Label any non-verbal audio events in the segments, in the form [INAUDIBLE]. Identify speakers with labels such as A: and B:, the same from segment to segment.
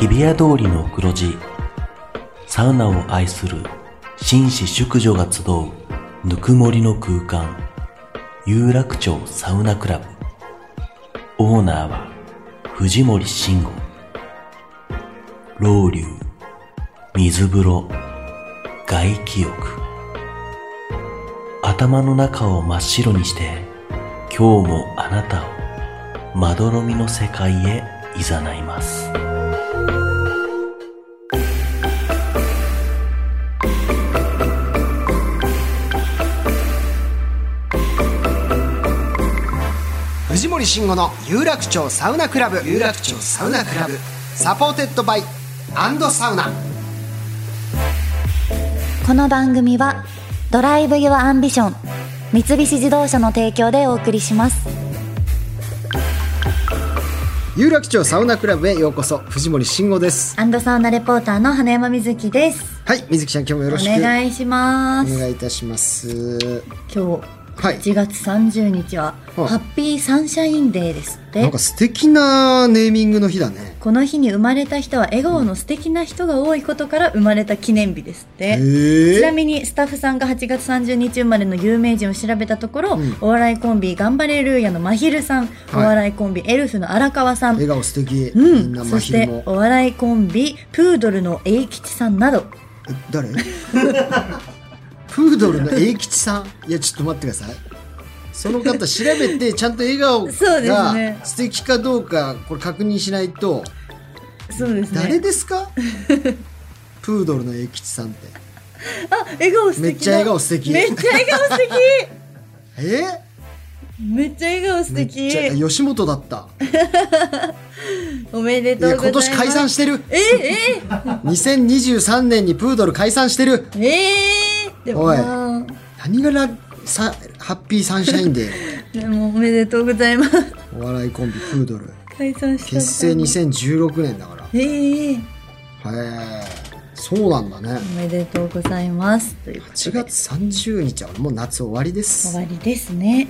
A: 日比谷通りの黒字サウナを愛する紳士淑女が集うぬくもりの空間有楽町サウナクラブオーナーは藤森慎吾老流水風呂外気浴頭の中を真っ白にして今日もあなたをまどろみの世界へ誘います
B: 藤森慎吾の有楽町サウナクラブ有楽町サウナクラブサポーテッドバイアンドサウナ
C: この番組はドライブ・ユア・アンビション三菱自動車の提供でお送りします
B: 有楽町サウナクラブへようこそ藤森慎吾です
C: アンドサウナレポーターの花山瑞希です
B: はい水木ちゃん今日もよろしく
C: お願いしま
B: お
C: す
B: 願いいたします
C: 今日
B: はい
C: 1月30日は
B: はい
C: ハッピーサンシャインデーですっ
B: な
C: て
B: んか素敵なネーミングの日だね
C: この日に生まれた人は笑顔の素敵な人が多いことから生まれた記念日ですっ
B: え
C: てちな
B: ー、
C: みにスタッフさんが8月30日生まれの有名人を調べたところ、
B: ん
C: お笑いコンビガンバレルーヤのまひるさん、
B: はい
C: お笑いコンビエルフの荒川さん、
B: 笑顔素敵、
C: う、
B: みんなん
C: そ
B: ま
C: し
B: ひる
C: て
B: も
C: お笑いコンビプードルの栄吉さんなど
B: え誰プードルの栄吉さんいやちょっと待ってくださいその方調べてちゃんと笑顔
C: そうですね
B: が素敵かどうかこれ確認しないと、
C: そうです
B: 誰
C: ね
B: ですかプードルの栄吉さんって
C: あ笑顔素敵だ
B: めっちゃ笑顔素敵
C: めっちゃ笑顔素
B: え
C: 敵 [LAUGHS] めっちゃ笑顔素
B: めっちゃ
C: 敵
B: 吉本だった
C: おめで
B: い
C: とう
B: や
C: ござい
B: 今
C: ます
B: 年解散してる
C: え
B: 2023年にプードル解散してる
C: えええー、でも
B: おい
C: まあ
B: 何がラさハッピーサンシャイン
C: [LAUGHS]
B: デー
C: でもおめでとうございます
B: お笑いコンビプードル
C: 解散しちゃった
B: 結成2016年だから
C: ええええ
B: へえそうなんだね
C: おめでとうございますということで
B: 8月30日はもう夏終わりで
C: 終
B: す
C: わりですね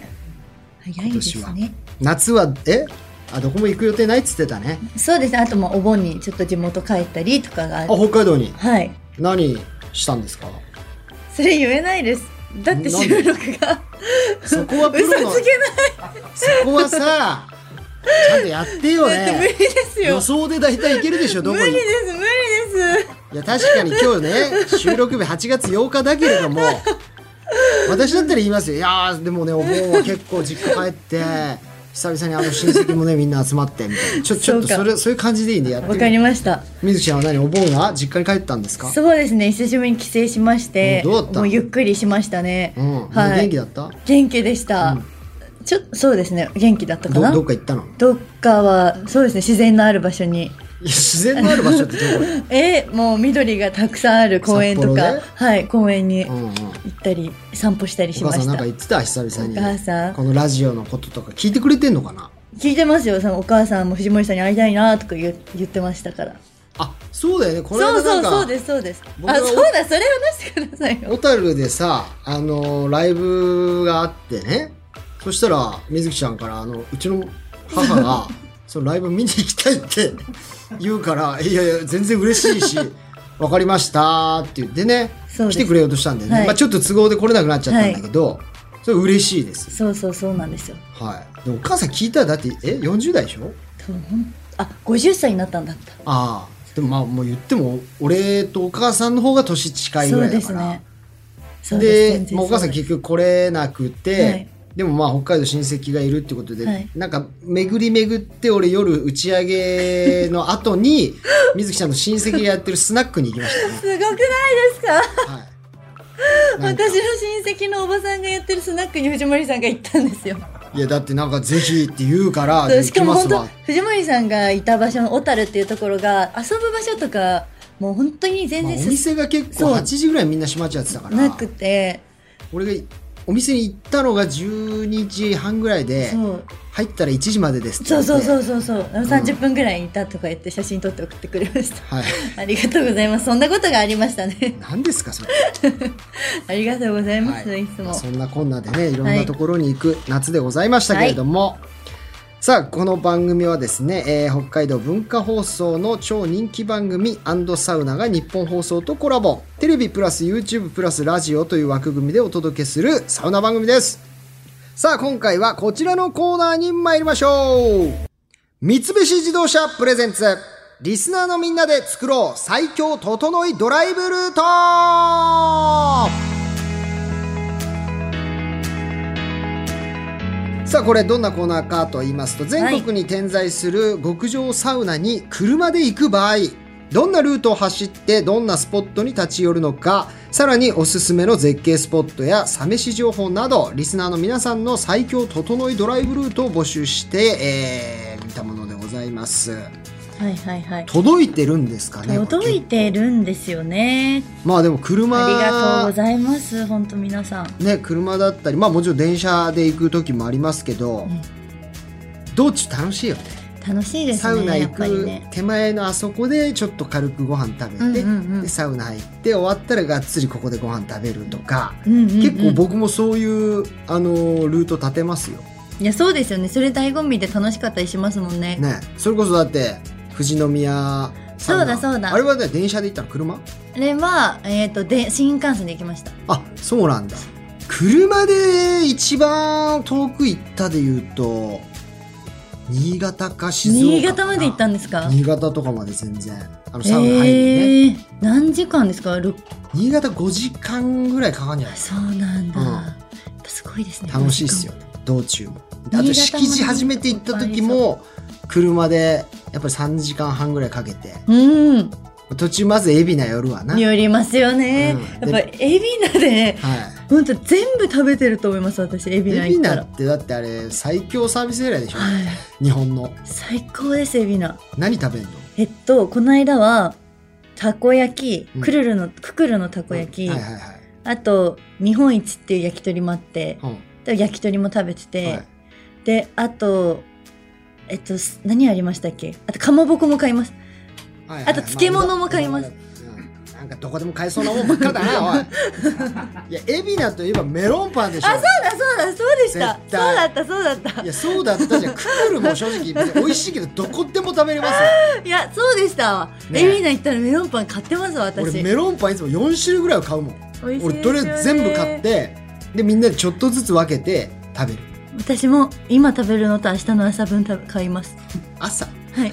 C: 早いです
B: 今年
C: ね
B: 夏はえあどこも行く予定ないっつってたね
C: そうですねあともうお盆にちょっと地元帰ったりとか
B: あ
C: が
B: 北海道に
C: はい
B: 何したんですか
C: それ言えないですだって収録
B: [LAUGHS]
C: が
B: そこはプ
C: [LAUGHS] 嘘
B: ロの
C: つけない
B: そこはさちゃんとやってよ
C: だって無理
B: ね
C: ですよ
B: 予想で大体いけるでしょど
C: 無
B: こ
C: 理
B: に
C: です無理です
B: いや確かに今日ね収録日8月8日だけれども私だったら言いますよいやーでもねお盆は結構実家帰って久々にあの親戚もねみんな集まってみたいなちょちょっと
C: そう
B: そ
C: か
B: れそういう感じでいいんでやって
C: わ
B: み
C: かり
B: る
C: ました
B: 水木ちゃんは何お盆は実家に帰ったんですか
C: そうですね久しぶりに帰省しまして
B: うんどうだった
C: もうゆっくりしましたね、
B: うん、もう
C: はい
B: 元気だった
C: 元気でした、ちょそうですね元気だったか
B: ど
C: な
B: どっか行ったのいや
C: どっかはそうですね自然のある場所に
B: 自然のある場所ってど
C: [LAUGHS]
B: こ
C: えもう緑がたくさんある公園と
B: 札
C: か、
B: 幌ね
C: はい公園に
B: うん、うん、お
C: 行ったり散歩したりしま
B: 母さん
C: し
B: なん
C: た
B: か言ってた久々に
C: お母さん
B: このラジオのこととか聞いてくれてんのかな
C: 聞いてますよそのお母さんも藤森さんに会いたいなとか言う言ってましたから
B: あそうだよねこの
C: そう
B: 間
C: そ
B: なん
C: う
B: か
C: そうですそうです
B: 僕
C: あ
B: は
C: そうだそれ話してくださいよ
B: 小樽でさ、あのーライブがあってね、そしたら、水木ちゃんから、あの、うちの母
C: [LAUGHS]
B: が、そのライブ見に行きたいって [LAUGHS] 言うから、いやいや、全然嬉しい
C: [LAUGHS]
B: し、わかりましたって言ってね、
C: そうで
B: 来
C: す
B: てくれようとしたんでね、
C: はい
B: まあちょっと都合で来れなくなっちゃったんだけど、それ嬉しいです。
C: そうそうそうなんですよ
B: はい。でもお母さん聞いたら、だって、え、40代でしょ
C: 多分ほんあ50歳になったんだった
B: ああ。でもまあもう言っても、俺とお母さんの方が年近いぐ
C: そ
B: ら
C: う
B: いだ
C: で
B: か
C: す
B: ら。
C: ねそう
B: で
C: です全然
B: まあお母さん
C: そうです
B: 結局来れなくて、
C: はい
B: でもまあ北海道親戚がいるってことで、
C: はい
B: なんか巡り巡って俺夜打ち上げの後に
C: [LAUGHS]
B: 水木ちゃんの親戚がやってるスナックに行きましたね。
C: すごくないですか
B: はい、なんか
C: 私の親戚のおばさんがやってるスナックに藤森さんが行ったんですよ
B: いやだってなんかぜひって言うから
C: そう
B: 行
C: し
B: き
C: かも
B: ます
C: 本当
B: わ。
C: 藤森さんがいた場所の小樽っていうところが遊ぶ場所とかもう本当に全
B: まあ、お
C: 然
B: 店
C: 進
B: が結
C: そう
B: 構8時ぐらいみんな閉まっちゃってたから
C: なくて
B: 俺がお店に行ったのが12時半ぐらいで
C: そう
B: 入ったら1時までですって
C: そうそうそううそうそう30分ぐらいいたとか言って写真撮って送ってくれました
B: はい
C: [LAUGHS] ありがとうございますそんなことがありましたね [LAUGHS]
B: 何ですかそれ
C: ありがとうございます、、
B: はいい
C: つ
B: ま
C: も
B: あそんなこんなでねいろんなところに行く夏でございましたけれども、さあこの番組はですね、えー北海道文化放送の超人気番組サウナが日本放送とコラボテレビプラス YouTube プラスラジオという枠組みでお届けするサウナ番組ですさあ今回はこちらのコーナーに参りましょう三菱自動車プレゼンツリスナーのみんなで作ろう最強整いドライブルートさあこれどんなコーナーかと言いますと全国に点在する極上サウナに車で行く場合どんなルートを走ってどんなスポットに立ち寄るのかさらにおすすめの絶景スポットやサメシ情報などリスナーの皆さんの最強整いドライブルートを募集して、えー見たものでございます
C: はいはいはい
B: 届いてるんですかね
C: 届いてるんですよね
B: まあでも車
C: ありがとうございます本当皆さん
B: ね、車だったりまあもちろん電車で行く時もありますけど、
C: ん
B: 道中楽しいよね
C: 楽しいですね
B: サウナ
C: や
B: 行
C: っぱり
B: く
C: ね
B: 手前のあそこでちょっと軽くご飯食べて、
C: うんうんうん
B: でサウナ入って終わったらがっつりここでご飯食べるとか、
C: うんうんうん
B: 結構僕もそういうあのールート立てますよ。
C: いやそうですよねそれ醍醐味で楽しかったりしますもんね
B: ね、それこそだって富士宮サウナ
C: そうだそうだ
B: あれはね電車で行ったの車
C: あれは、えー、とで新幹線で行きました
B: あそうなんだ車で一番遠く行ったで言うと新潟か静岡かな
C: 新潟まで行ったんですか
B: 新潟とかまで全然あの
C: え
B: サウナ入るね、
C: えー何時間ですか六
B: 新潟5時間ぐらいかかんじゃない
C: そうなんだ、
B: うん
C: やっぱすごいですね
B: 楽しいっすよ道中もあと敷地初めて行った時も車でやっぱり3時間半ぐらいかけて
C: うん
B: 途中まず海老名寄るわな、はい、
C: よりますよね、
B: うん
C: やっぱ海老名で本当全部食べてると思います私海老名
B: 海老
C: 行った
B: 名
C: ら
B: ってだってあれ最強サービスエリアでしょ
C: はい
B: 日本の
C: 最高です海老名
B: 何食べんの
C: えっとこの間はたこ焼
B: う
C: き
B: ん
C: くるるの、くくるのたこ焼き、
B: はいはいはい、
C: あと日本一っていう焼き鳥もあって
B: うん
C: で焼き鳥も食べてて、
B: はい
C: であとえっとす何ありましたっけあとかまぼこも買います
B: はいはい
C: あと漬物も買います。
B: うんなんかどこでも買えそうなもんばっかだな、おい。
C: [LAUGHS]
B: いや、海老名といえばメロンパンでしょ。
C: あそうだそうだそうでしたそう
B: 絶対
C: だったそうだった
B: いや、そうだったじゃん。クールも正直、美味しいけど、どこでも食べれますよ。
C: いやそうでしたわ
B: ね
C: エビナ行ったらメロンパン買ってますわ私
B: 俺、メロンパンいつも4種類ぐらいは買うもん。
C: 美味しいですよね
B: 俺、どれ全部買って、で、みんなでちょっとずつ分けて食べる。
C: 私も今食べるのと明日の朝分た買います
B: 朝、 [LAUGHS]
C: はい、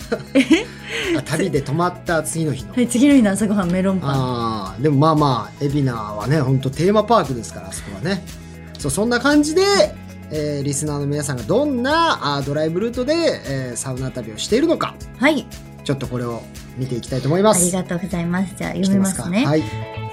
B: あ旅で泊まった次の日の。
C: [LAUGHS] はい、次の日の朝ごはんメロンパン
B: ああでもまあまあ海老名はねほんとテーマパークですからあそこはねそうそんな感じで、えーリスナーの皆さんがどんなあードライブルートで、えーサウナ旅をしているのか
C: はい
B: ちょっとこれを見ていきたいと思い
C: あ
B: ます
C: りがとうございますじゃあ読みますね
B: 来てはい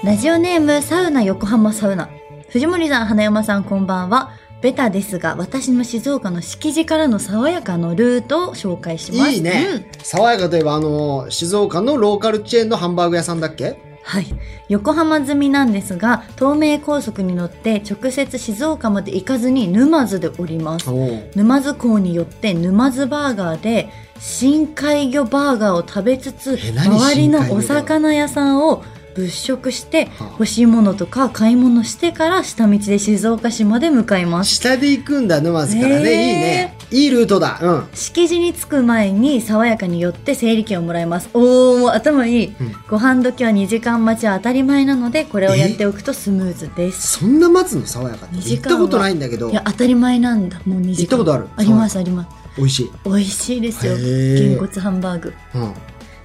C: ラジオネームサウナ横浜サウナ藤森さん花山さんこんばんはベタですが私の静岡の敷地からの爽やかのルートを紹介します
B: いいね、爽やかといえばあのー静岡のローカルチェーンのハンバーグ屋さんだっけ
C: はい、横浜済みなんですが東名高速に乗って直接静岡まで行かずに沼津で降ります
B: おー
C: 沼津港によって沼津バーガーで深海魚バーガーを食べつつ
B: え何
C: 周り
B: 深海魚
C: の
B: バーガー
C: お魚屋さんを物色して
B: あ
C: 欲しいものとか買い物してから下道で静岡市まで向かいます
B: 下で行くんだ沼津からね、
C: へー
B: いいねいいルートだうん
C: 敷地に着く前に爽やかに寄って整理券をもらいますおお頭いい、
B: うん
C: ご飯時は2時間待ちは当たり前なのでこれをやっておくとスムーズです
B: そんな待つの爽やかって
C: 二
B: 行っ
C: 時間
B: た
C: は
B: ことないんだけど
C: いや当たり前なんだもう2時間
B: 行ったことある
C: ありますあります
B: 美味しい、
C: 美味しいですよ
B: へー
C: げんこつハンバーグ
B: うん、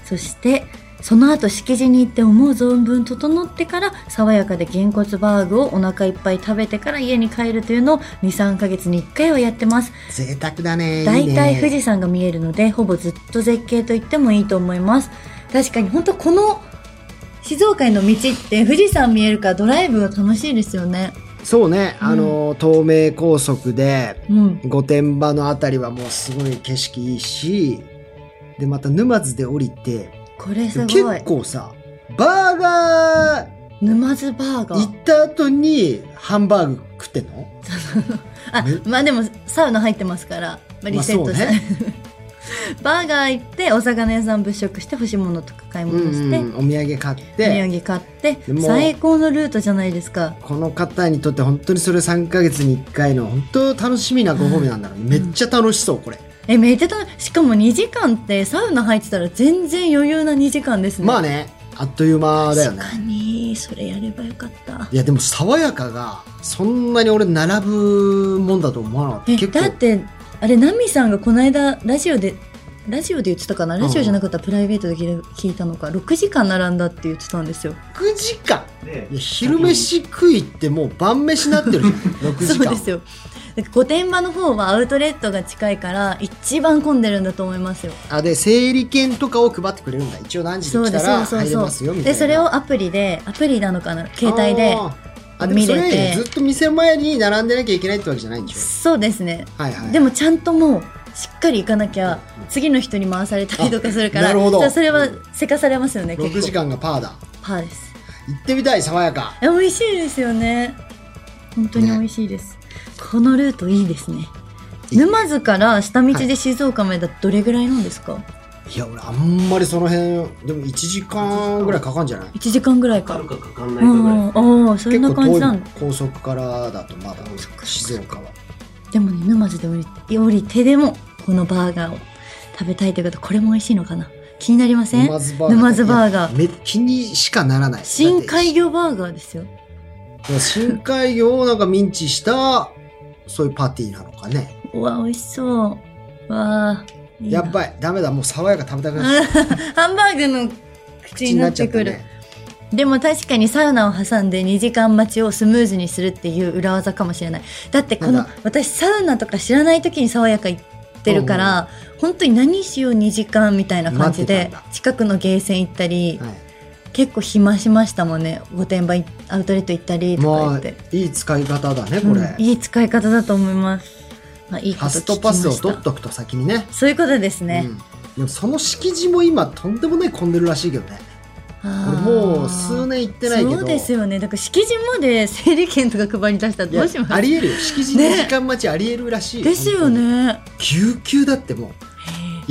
C: そしてその後敷地に行って思う存分整ってから爽やかでげんこつバーグをお腹いっぱい食べてから家に帰るというのを23ヶ月に1回はやってます
B: 贅沢だね
C: 大
B: いい
C: 体
B: ね
C: 富士山が見えるのでほぼずっと絶景と言ってもいいと思います確かに本当この静岡への道って富士山見えるからドライブが楽しいですよね
B: そうね、
C: うん
B: あの東名高速で
C: うん
B: 御殿場のあたりはもうすごい景色いいしでまた沼津で降りて
C: これす
B: 結
C: ごい
B: 構さバーガー
C: 沼津バーガ
B: 行
C: ー
B: った後にハンバーグ食ってんの
C: あ
B: ね
C: [LAUGHS] まあでもサウナ入ってますから、まあ、リセットして、
B: まあそう
C: [LAUGHS] バーガー行ってお魚屋さん物色して欲しいものとか買い
B: うん
C: 物して、
B: うん、お土産買って
C: お土産買って
B: でも
C: 最高のルートじゃないですか
B: この方にとって本当にそれ3ヶ月に1回の本当楽しみなご褒美なんだろうね、めっちゃ楽しそうこれ、
C: えめっちゃ楽しかも2時間ってサウナ入ってたら全然余裕な2時間ですね
B: まあねあっという間だよね
C: 確かにそれやればよかった
B: いやでも爽やかがそんなに俺並ぶもんだと思わなかった
C: え
B: 結構
C: だってあれナミさんがこの間ラジオでラジオで言ってたかなラジオじゃなかったらプライベートで聞いたのか6時間並んだって言ってたんですよ
B: 6時間
A: ね
B: いや昼飯食いってもう晩飯なってるじゃん6時
C: [LAUGHS] そう
B: 間
C: ですよで御殿場の方はアウトレットが近いから一番混んでるんだと思いますよ
B: あで整理券とかを配ってくれるんだ一応何時
C: そ
B: に
C: う
B: 来
C: で
B: た
C: す
B: ら
C: そう
B: 入れ
C: そう
B: ます
C: そ
B: よ
C: う
B: みたい
C: で
B: な
C: それをアプリでアプリなのかな携帯で
B: あーあでもそれ
C: 見れて
B: ずっと店前に並んでなきゃいけないってわけじゃないんでしょ
C: そうですね
B: はいはい
C: でもちゃんともうしっかり行かなきゃ次の人に回されたりとかするから
B: あなるほど
C: じゃあそれはせかされますよね結構
B: 6時間がパーだ
C: パーです
B: 行ってみたい爽やか
C: え美味しいですよね本当に美味しいです、このルートいいですね
B: いい
C: 沼津から下道で静岡までだとどれぐらいなんですか、
B: いや俺あんまりその辺でも1時間ぐらいかかんじゃない
C: 一1時間ぐらい
A: かか
C: か
A: るかかかんな
C: う
A: いかぐらい
C: んうんああそんな感じなん
B: 結構遠い高速からだとまだ静岡は
C: でもね沼津で降りて降りてでもこのバーガーを食べたいということこれも美味しいのかな気になりません
B: 沼津バーガー
C: 沼津バーガー
B: いやめ気にしかならない
C: 深海
B: だ
C: 魚バーガーですよ
B: って深海魚をなんかミンチしたそういうパティなのかね
C: うわ美味しそううわあいいな
B: やっばいダメだもう爽やか食べたくなっ
C: あ [LAUGHS] ハンバーグの口になってくる、でも確かにサウナを挟んで2時間待ちをスムーズにするっていう裏技かもしれないだってこ
B: な
C: の
B: んだ
C: 私サウナとか知らない時に爽やか行ってるから本当に何しよう2時間みたいな感
B: 待
C: じ
B: って
C: で
B: たんだ
C: 近くのゲーセン行ったり、
B: はい、
C: 結構暇しましたもんね御殿場いアウトレット行ったりとか
B: ま
C: 言っ
B: あ
C: て、
B: いい使い方だねこれ、
C: うんいい使い方だと思います、まあ、いいこと
B: ファ
C: 聞
B: ス
C: き
B: ト
C: ました
B: パスを取っとくと先にね
C: そういうことですね
B: う、ん、でもその敷地も今とんでもない混んでるらしいけどね
C: あ
B: 俺
C: ー
B: もう数年行ってないけど
C: そうですよねだから敷地まで整理券とか配り出したら
B: い
C: ど
B: や
C: うします
B: ありえるよ敷地2時間待ちありえるらしい、
C: ですよね
B: ぎゅうぎゅうだってもう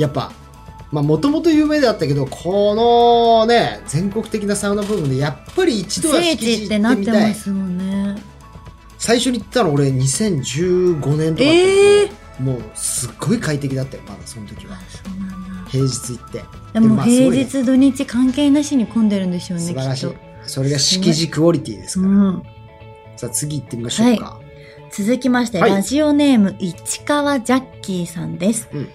B: やっぱまあもともと有名だったけどこのね全国的なサウナブームでやっぱり一度は
C: 聖
B: 敷地行
C: 地っ
B: ってて
C: なっ
B: み
C: て
B: た
C: ま
B: い
C: すもんね
B: 最初に行ったの俺2015年とかだったけど、
C: ええ
B: もうすっごい快適だったよまだその時は
C: そうなんだ
B: 平日行って
C: でも
B: まあ
C: 平
B: すごいね
C: 日土日関係なしに混んでるんでしょうねき
B: 素晴ら
C: っ
B: しい
C: と
B: それが敷地クオリティです
C: う
B: から、
C: ん
B: さあ次行ってみましょうか、
C: 続きまして、
B: はい
C: ラジオネーム市川ジャッキーさんです、
B: うん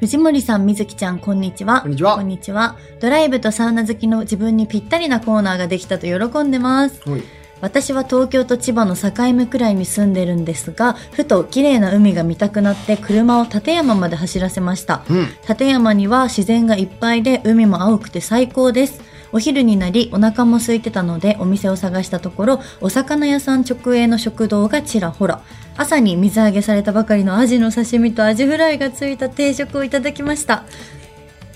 C: 藤森さん、水木ちゃん、こんにちは。
B: こんにちは
C: ドライブとサウナ好きの自分にぴったりなコーナーができたと喜んでます。
B: はい
C: 私は東京と千葉の境目くらいに住んでるんですが、ふと綺麗な海が見たくなって車を立山まで走らせました。
B: うん
C: 立山には自然がいっぱいで海も青くて最高ですお昼になりお腹も空いてたのでお店を探したところお魚屋さん直営の食堂がちらほら朝に水揚げされたばかりのアジの刺身とアジフライがついた定食をいただきました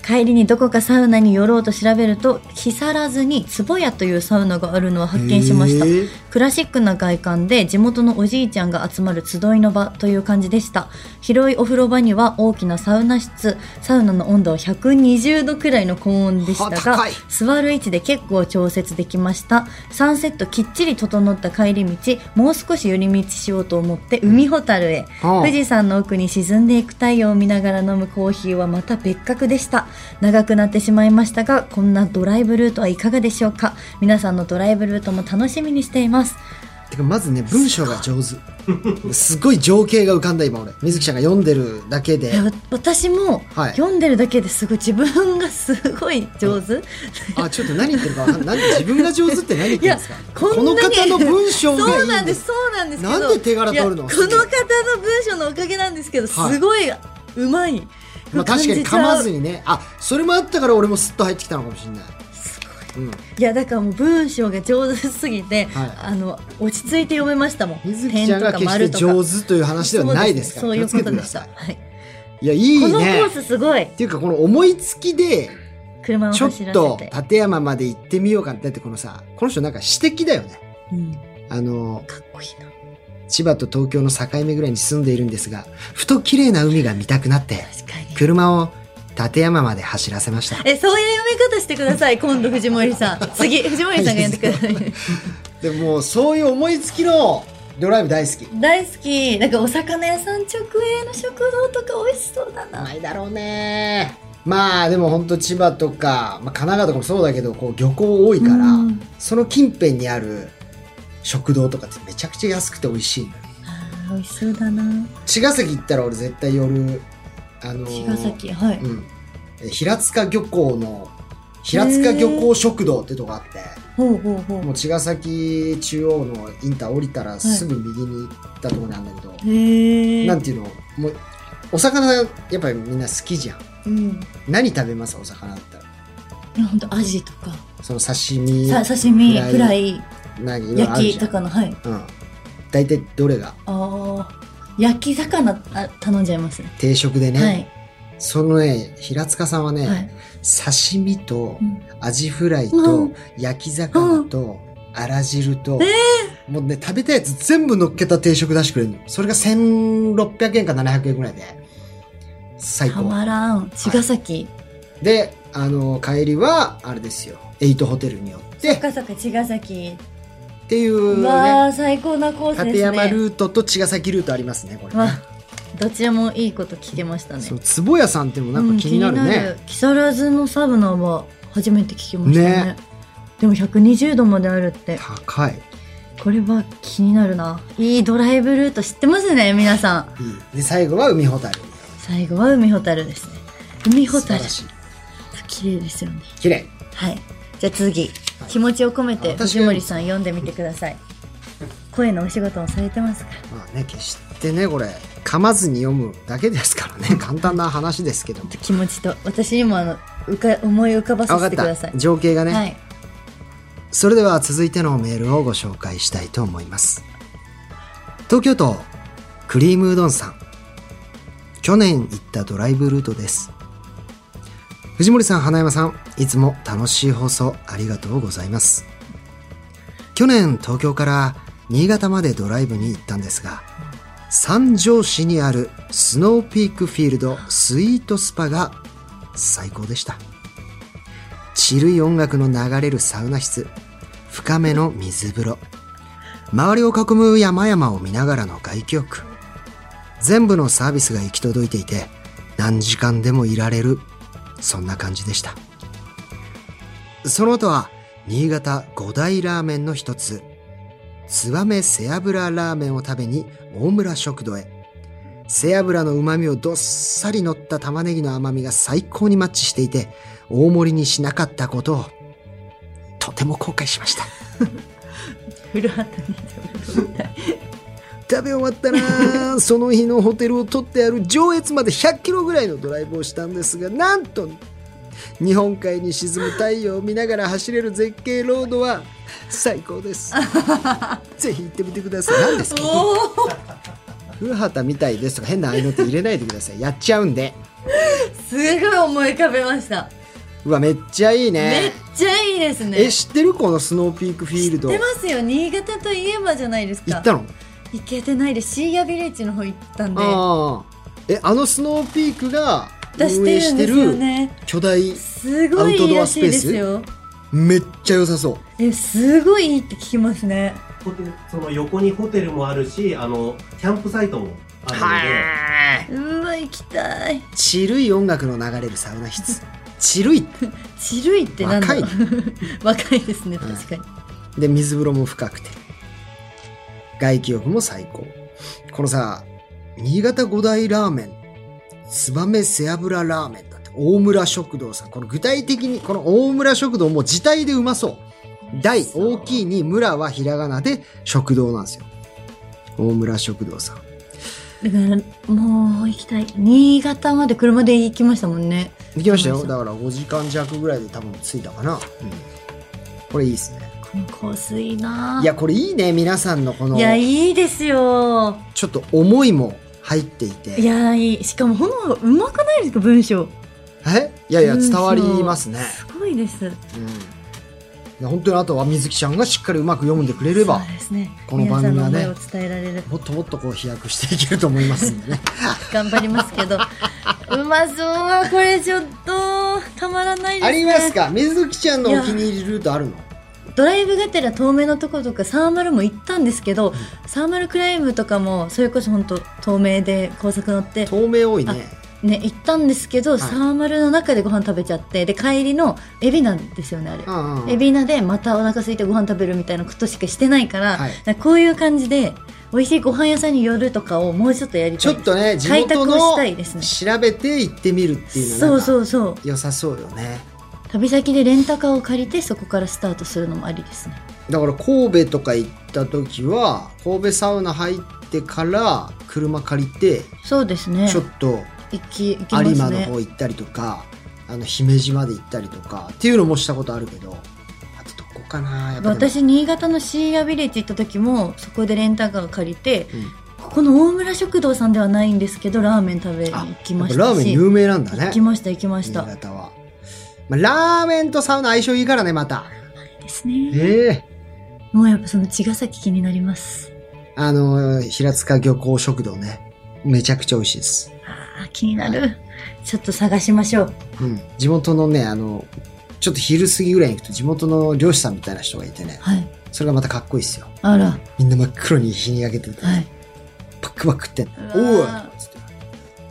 C: 帰りにどこかサウナに寄ろうと調べると木更津に壺屋というサウナがあるのを発見しました
B: へえ
C: クラシックな外観で地元のおじいちゃんが集まる集いの場という感じでした広いお風呂場には大きなサウナ室サウナの温度は120度くらいの高温でした
B: は高
C: が
B: い
C: 座る位置で結構調節できましたサンセットきっちり整った帰り道もう少し寄り道しようと思って海ほたるへ、
B: はあ
C: 富士山の奥に沈んでいく太陽を見ながら飲むコーヒーはまた別格でした長くなってしまいましたがこんなドライブルートはいかがでしょうか皆さんのドライブルートも楽しみにしています
B: てかまずね文章が上手すごい情景が浮かんだ今俺水木ちゃんが読んでるだけで
C: いやわ私も
B: はい
C: 読んでるだけですごい自分がすごい上手、
B: あちょっと何言ってるかわかんない何自分が上手って何言ってるんですか
C: いや
B: こ
C: こん
B: の
C: なに
B: 方の文章がいい
C: そうなんですそうなんですけど
B: なんで手柄取るの
C: いやこの方の文章のおかげなんですけど、
B: はい
C: すごいうまい、
B: まあ、確かに噛
C: 感
B: ま
C: じち
B: ず
C: ゃう
B: にねあそれもあったから俺もスッと入ってきたのかもしれない、
C: すごい
B: うん、
C: いやだからもう文章が上手すぎて、
B: はい
C: あの落ち着いて読めましたもん
B: 水木ちゃんが決して上手という話ではないですから
C: そうですそういうこと
B: 気を
C: で
B: つ
C: し
B: け
C: た、
B: てくださ
C: はい、
B: いいやいい
C: このコ
B: ね
C: ースすごい
B: っていうかこの思いつきで
C: 車を
B: ちょっ
C: 走らせ
B: と
C: て、
B: 立山まで行ってみようかなだってこのさこの人なんか詩的だよね
C: うん、
B: あの
C: かっこいいな
B: 千葉と東京の境目ぐらいに住んでいるんですが、ふと綺麗な海が見たくなって、
C: 確かに
B: 車を立山まで走らせました。
C: えそういう読み方してください今度藤森さ
B: [LAUGHS]
C: ん次藤森さんがやってください
B: でも、そういう思いつきのドライブ大好き。
C: 大好きなんかお魚屋さん直営の食堂とか美味しそうだな
B: ないだろうね。まあでも本当千葉とか、まあ、神奈川とかもそうだけど、こう漁港多いから、
C: うん
B: その近辺にある食堂とかってめちゃくちゃ安くて美味しいのよ。
C: あー美味しそうだな
B: 茅ヶ崎行ったら俺絶対夜、あのー
C: 茅ヶ崎はい、
B: うん。え平塚漁港の、平塚漁港食堂ってとこあって、
C: ほうほうほ
B: もう茅ヶ崎中央のインター降りたらすぐ右に行ったところなんだけど、
C: うへえ
B: なんていうの、もう、お魚やっぱりみんな好きじゃん。
C: うん
B: 何食べますお魚だったら。
C: いや本当アジとか
B: その刺身、
C: さ刺
B: フ
C: 身
B: ライ
C: フライ
B: 何いろいろある
C: 焼き
B: じゃん。
C: とかのはい
B: うん。大体どれが
C: あー焼き魚あ頼んじゃいますね
B: 定食でね、
C: はい
B: そのね、平塚さんはね、
C: はい、
B: 刺身と
C: うん
B: アジフライ
C: う
B: と
C: ん
B: 焼き魚とあら汁と、もうね、食べたやつ全部乗っけた定食出してくれるの。それが1600円か700円ぐらいで、最
C: た
B: 高。
C: まらん茅ヶ崎、
B: で、あの、帰りは、あれですよ、エイトホテルに寄って、
C: そっかそっか茅ヶ崎
B: っていう
C: う
B: ね、
C: わー最高なコースですね
B: 立山ルートと茅ヶ崎ルートありますね、これ
C: わ
B: ね。
C: どちらもいいこと聞けましたね
B: そう、坪屋さんっていうのもなんか気になる
C: うん
B: ね。
C: 木更津のサウナは初めて聞きましたね
B: ね
C: でも120度まであるって
B: 高い。
C: これは気になるないいドライブルート知ってますね皆さん
B: いいで、最後は海ホタル。
C: 最後は海ほたるですね海ほ
B: 素
C: た
B: 晴
C: る
B: らしい。
C: 綺麗ですよね
B: 綺麗。
C: はいじゃあ次
B: はい
C: 気持ちを込めて
B: あ私
C: 藤森さん読んでみてください声のお仕事もされてますか
B: まあね、決してね、これ、噛まずに読むだけですから
C: [LAUGHS]
B: ね、簡単な話ですけども。
C: 気持ちと私にもあの浮か思い浮かば
B: あ
C: さ
B: わか
C: せ
B: って
C: くださ
B: た
C: い。
B: 情景がね、
C: はい
B: それでは続いてのメールをご紹介したいと思います。東京都、クリームうどんさん。去年行ったドライブルートです。藤森さん、花山さん、いつも楽しい放送ありがとうございます。去年東京から新潟までドライブに行ったんですが、三条市にあるスノーピークフィールドスイートスパが最高でした。ちるい音楽の流れるサウナ室深めの水風呂周りを囲む山々を見ながらの外気浴全部のサービスが行き届いていて何時間でもいられるそんな感じでしたその後は新潟五大ラーメンの一つ燕背脂ラーメンを食べに大村食堂へ背脂の旨味をどっさり乗った玉ねぎの甘みが最高にマッチしていて大盛りにしなかったことをとても後悔しました
C: フルハートになってます
B: 食べ終わったら [LAUGHS] その日のホテルを取ってある上越まで100キロぐらいのドライブをしたんですがなんと日本海に沈む太陽を見ながら走れる絶景ロードは最高です [LAUGHS] ぜひ行ってみてください何ですか
C: おー
B: 古畑みたいですとか変な合いの手入れないでくださいやっちゃうんです
C: ごい思い浮かべました
B: うわめっちゃいい
C: め
B: ね
C: っちゃいいですね
B: え知ってるこのスノーピークフィールド
C: 知ってますよ新潟といえばじゃないですか
B: 行ったの
C: 行けてないでシーヤビレッジの方行ったんで
B: ああえあのスノーピークが
C: 出し
B: 運営してて
C: るんですよ
B: る
C: ね
B: 巨大
C: すごいいいらしいですよ
B: めっちゃ良さそう
C: えすごいいいって聞きますね
D: ホテルその横にホテルもあるしあのキャンプサイトもあるので
C: うわ行きたい
B: ちるい音楽の流れるサウナ室ちるい
C: ちるいってなんだろう [LAUGHS] 若いですね
B: うん
C: 確かに、
B: で水風呂も深くて外気浴も最高このさ新潟五大ラーメン燕背脂ラーメンだって大村食堂さんこの具体的にこの大村食堂も自体でうまそう大大きいに村はひらがなで食堂なんですよ大村食堂さん
C: だからもう行きたい新潟まで車で行きましたもんね
B: 行きました
C: そ
B: よ
C: う
B: だから5時間弱ぐらいで多分着いたかな、うん、これいいですね
C: このコースいいない
B: やこれいいね皆さんのこの
C: いやいいですよ
B: ちょっと思いも入っていて
C: いやいいしかもほんまうまくないですか文章
B: えいやいや
C: 文章
B: 伝わりますね、
C: すごいです
B: うんいや本当にあとは水木ちゃんがしっかりうまく読んでくれれば
C: そうですね
B: この番組はね
C: 皆さんの思いを伝えられる
B: もっともっとこう飛躍していけると思いますんで
C: [LAUGHS]
B: ね
C: 頑張りま
B: [LAUGHS]
C: すけどうまそうはこれちょっとたまらないですね
B: ありますか水木ちゃんのお気に入りルートあるの
C: ドライブがてら透明のとことかサーマルも行ったんですけど、サーマルクライムとかもそれこそ本当透明で高速乗って
B: 透明多いね
C: ね行ったんですけど、
B: い
C: サーマルの中でご飯食べちゃってで帰りのエビなんですよねあれ、
B: うんうんうん
C: エビナでまたお腹空いてご飯食べるみたいなことしかしてないから、
B: はい
C: なんかこういう感じで美味しいご飯屋さんに寄るとかをもうちょっとやりたい
B: ちょっとね地
C: 開
B: 元
C: 拓を
B: の
C: したいですね
B: 調べて行ってみるっていうの
C: そ
B: は
C: う
B: なんか
C: そうそう
B: 良さそうよね
C: 旅先でレンタカーを借りてそこからスタートするのもありですね
B: だから神戸とか行った時は神戸サウナ入ってから車借りて
C: そうですね
B: ちょっと
C: 行き行きま
B: 有馬
C: す
B: の
C: ね
B: 方行ったりとか、あの姫路まで行ったりとかっていうのもしたことあるけどあとどこかなやっぱでも
C: 私新潟のシーアビレッジ行った時もそこでレンタカー借りて、
B: うん
C: ここの大村食堂さんではないんですけどラーメン食べに行き
B: や
C: ま
B: っぱ
C: した
B: ラーメン
C: し
B: 有名なんだね
C: 行きました行きまし
B: 新
C: た
B: 潟は、まあ、ラーメンとサウナ相性いいからねまた
C: ですね
B: ええ
C: もうやっぱその茅ヶ崎気になります
B: あの平塚漁港食堂ねめちゃくちゃ美味しいです、
C: あー気になるちょっと探しましょう
B: うん、地元のねあのちょっと昼過ぎぐらいに行くと地元の漁師さんみたいな人がいてね
C: はい
B: それがまたかっこいいですよ
C: あら
B: みんな真っ黒に日に焼けてて、
C: はい
B: パックパック食ってんの「
C: う
B: おい!」
C: わー
B: つって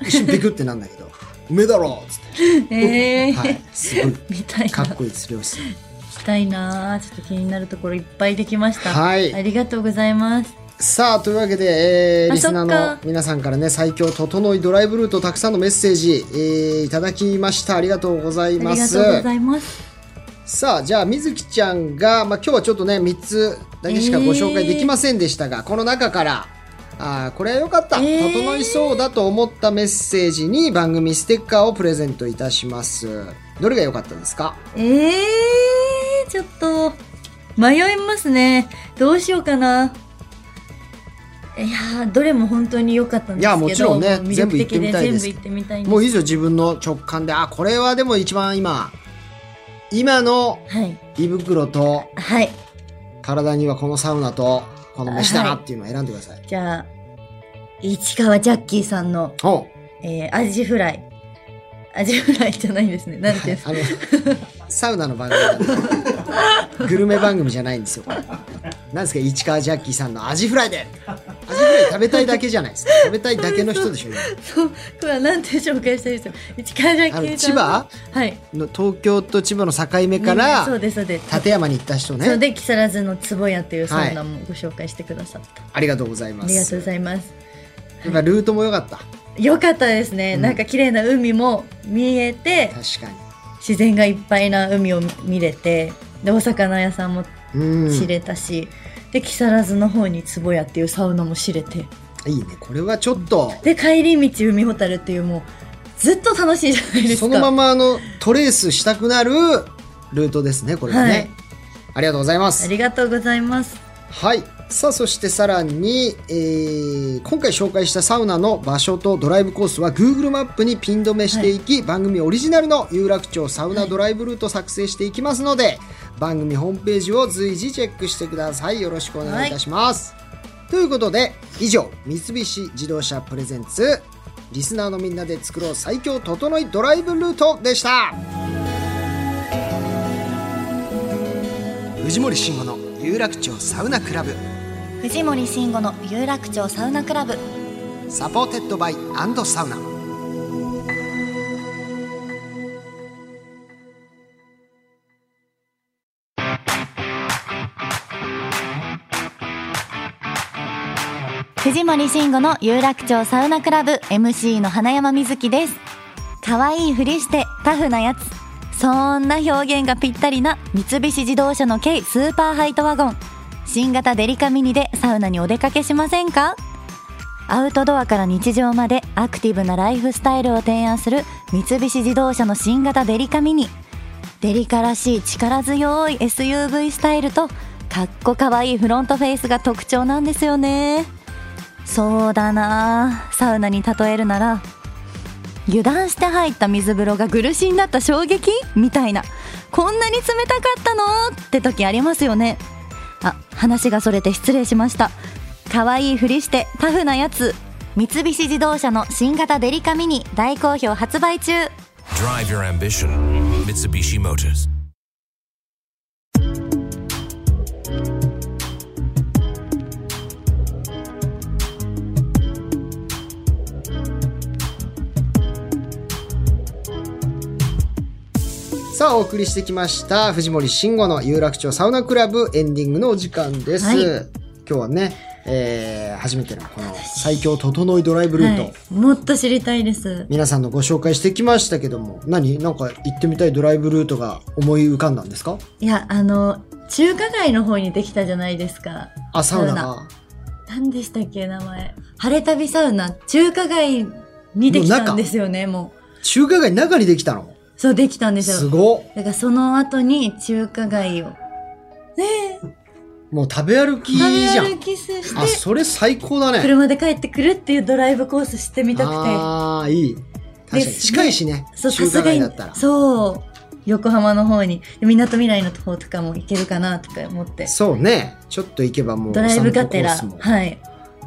B: 一瞬ビクってなんだけ
C: [LAUGHS]
B: ど「梅だろ!」つって、
C: えー
B: はい、すごい
C: 見たい
B: か
C: な
B: っこいいです漁
C: [LAUGHS]
B: 師
C: 行きたいなちょっと気になるところいっぱいできまし
B: さ
C: た、
B: んはい
C: ありがとうございます
B: さあというわけで、えー
C: あ
B: リスナ
C: そ
B: ー
C: っ
B: の
C: か
B: 皆さんからね最強整いドライブルートたくさんのメッセージ、えーいただきましたありがとうござい
C: あ
B: ま
C: りが
B: す
C: とうございます
B: さあじゃあみずきちゃんが、まあ、今日はちょっとね3つだけしかご紹介できませんでしたが、この中からあーこれは良かった、
C: えー
B: 整いそうだと思ったメッセージに番組ステッカーをプレゼントいたしますどれが良かったですか
C: えー、ちょっと迷いますねどうしようかないやーどれも本当に良かったんですけど
B: いやもちろんね
C: もう魅力的
B: 全部
C: で全部
B: 行
C: 行
B: っ
C: ってみたいんです
B: もういいですよ自分の直感であこれはでも一番今今の
C: はい
B: 胃袋と
C: はい
B: 体にはこのサウナとこの飯だな
C: はい
B: っていうのを選んでください。
C: じゃあ市川ジャッキーさんの、
B: おう
C: えー、アジフライアジフライじゃないですねなんて
B: [LAUGHS]
C: いうんですか
B: あのサウナの番組なんで
C: [LAUGHS]
B: グルメ番組じゃないんですよ。これなんですか市川ジャッキーさんのアジフライでアジフライ食べたいだけじゃないですか食べたいだけの人でしょ今
C: そうこれはなんて紹介したいですよ市川ジャ
B: あ
C: ッキ
B: の
C: ー
B: 千
C: さんの
B: 葉
C: はい
B: の東京と千葉の境目か
C: うんそう
B: ら
C: ですそうです
B: 立山に行った人
C: それ
B: ね
C: で木更津の坪屋というサウナもご紹介してくださった、
B: ありがとうございま
C: あ
B: す
C: りがとうございます
B: やっぱルートも良かった
C: よかったですね、
B: うん
C: なんか綺麗な海も見えて
B: 確か
C: 自然がいっぱいな海を見れてでお魚屋さんも
B: にうん
C: 知れたし、で木更津の方に坪屋っていうサウナも知れて
B: いいねこれはちょっと
C: で帰り道海ほたるっていうもうずっと楽しいじゃないですか
B: そのままあのトレースしたくなるルートですねこれはね、
C: はい
B: ありがとうございま
C: あ
B: す
C: りがとうございます
B: はいさあそしてさらに、えー今回紹介したサウナの場所とドライブコースは Google マップにピン止めしていき、番組オリジナルの有楽町サウナドライブルート作成していきますので、番組ホームページを随時チェックしてくださいよろしくお願いいたします、ということで以上三菱自動車プレゼンツリスナーのみんなで作ろう最強整いドライブルートでした藤森慎吾の有楽町サウナクラブ
E: 藤森慎吾の有楽町サウナクラブ
B: サポーテッドバイサウナ
E: 藤森慎吾の有楽町サウナクラブ MC の花山瑞希です可愛いふりしてタフなやつそんな表現がぴったりな三菱自動車の軽スーパーハイトワゴン新型デリカミニでサウナにお出かけしませんかアウトドアから日常までアクティブなライフスタイルを提案する三菱自動車の新型デリカミニデリカらしい力強い SUV スタイルとかっこかわいいフロントフェイスが特徴なんですよねそうだなあサウナに例えるなら油断して入った水風呂が苦しんだった衝撃みたいなこんなに冷たかったのって時ありますよねあ話がそれて失礼しました可愛いふりしてタフなやつ三菱自動車の新型デリカミニ大好評発売中
F: Drive your ambition. Mitsubishi Motors.
B: さあお送りしてきました藤森慎吾の有楽町サウナクラブエンディングのお時間です、
C: はい
B: 今日はね、えー初めてのこの最強整いドライブルート、
C: はい、もっと知りたいです
B: 皆さんのご紹介してきましたけども何なんか行ってみたいドライブルートが思い浮かんだんですか
C: いやあの中華街の方にできたじゃないですか
B: あサウナ
C: サウ
B: が
C: 何でしたっけ名前晴れ旅サウナ中華街にできたんですよねも
B: 中華街の中にできたの
C: うそうできたんですよ
B: すごっ
C: だからその後に中華街を
B: もう食べ歩き
C: 食
B: じ
C: べ
B: ゃ
C: 歩
B: ん
C: きし
B: あ
C: て
B: それ最高だね
C: 車で帰ってくるっていうドライブコースしてみたく
B: ああいい確かに近いしね
C: てそうさ
B: 中華
C: すが
B: 街
C: に
B: だったら
C: そう横浜の方にみなとみらいの方とかも行けるかなとか思って
B: そうねちょっと行けばもう
C: ドライブがてら
B: お散歩コースも
C: はい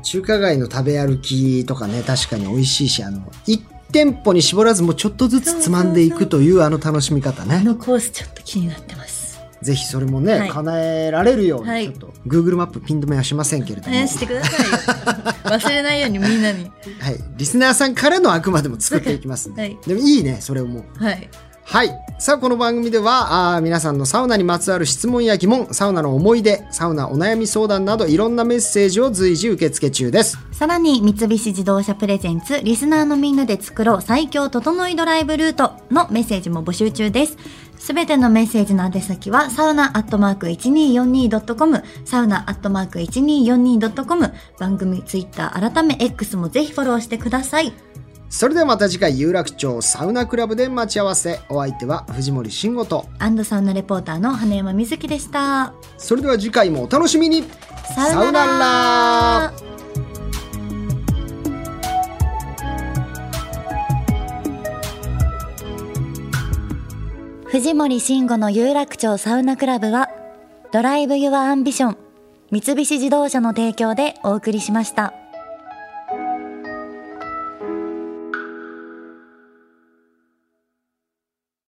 B: 中華街の食べ歩きとかね確かに美味しいしあの1店舗に絞らずもうちょっとずつつまんでいくというあの楽しみ方
C: あ
B: ね
C: のコースちょっと気になってます
B: ぜひそれもね、
C: はい
B: 叶えられるように、
C: はい
B: ちょっと Google マップピン止めはしませんけれども、
C: えしてくださいよ
B: [LAUGHS]
C: 忘れないようにみんなに
B: はい、リスナーさんからのあくまでも作っていきますんで、
C: [LAUGHS] はい
B: でもいいねそれをもう
C: はい
B: はい。さあ、この番組では、あー皆さんのサウナにまつわる質問や疑問、サウナの思い出、サウナお悩み相談など、いろんなメッセージを随時受付中です。
E: さらに三菱自動車プレゼンツリスナーのみんなで作ろう最強整いドライブルートのメッセージも募集中です。すべてのメッセージの宛先はサウナアットマーク 1242.com サウナアットマーク 1242.com 番組ツイッター改め X もぜひフォローしてください。
B: それではまた次回、有楽町サウナクラブで待ち合わせ。お相手は藤森慎吾と。
E: アンドサウナレポーターの花山瑞希でした。
B: それでは次回もお楽しみに
E: さよな
B: さよな
E: ら
B: ら
E: 藤森慎吾の有楽町サウナクラブはドライブ・ユア・アンビション三菱自動車の提供でお送りしました。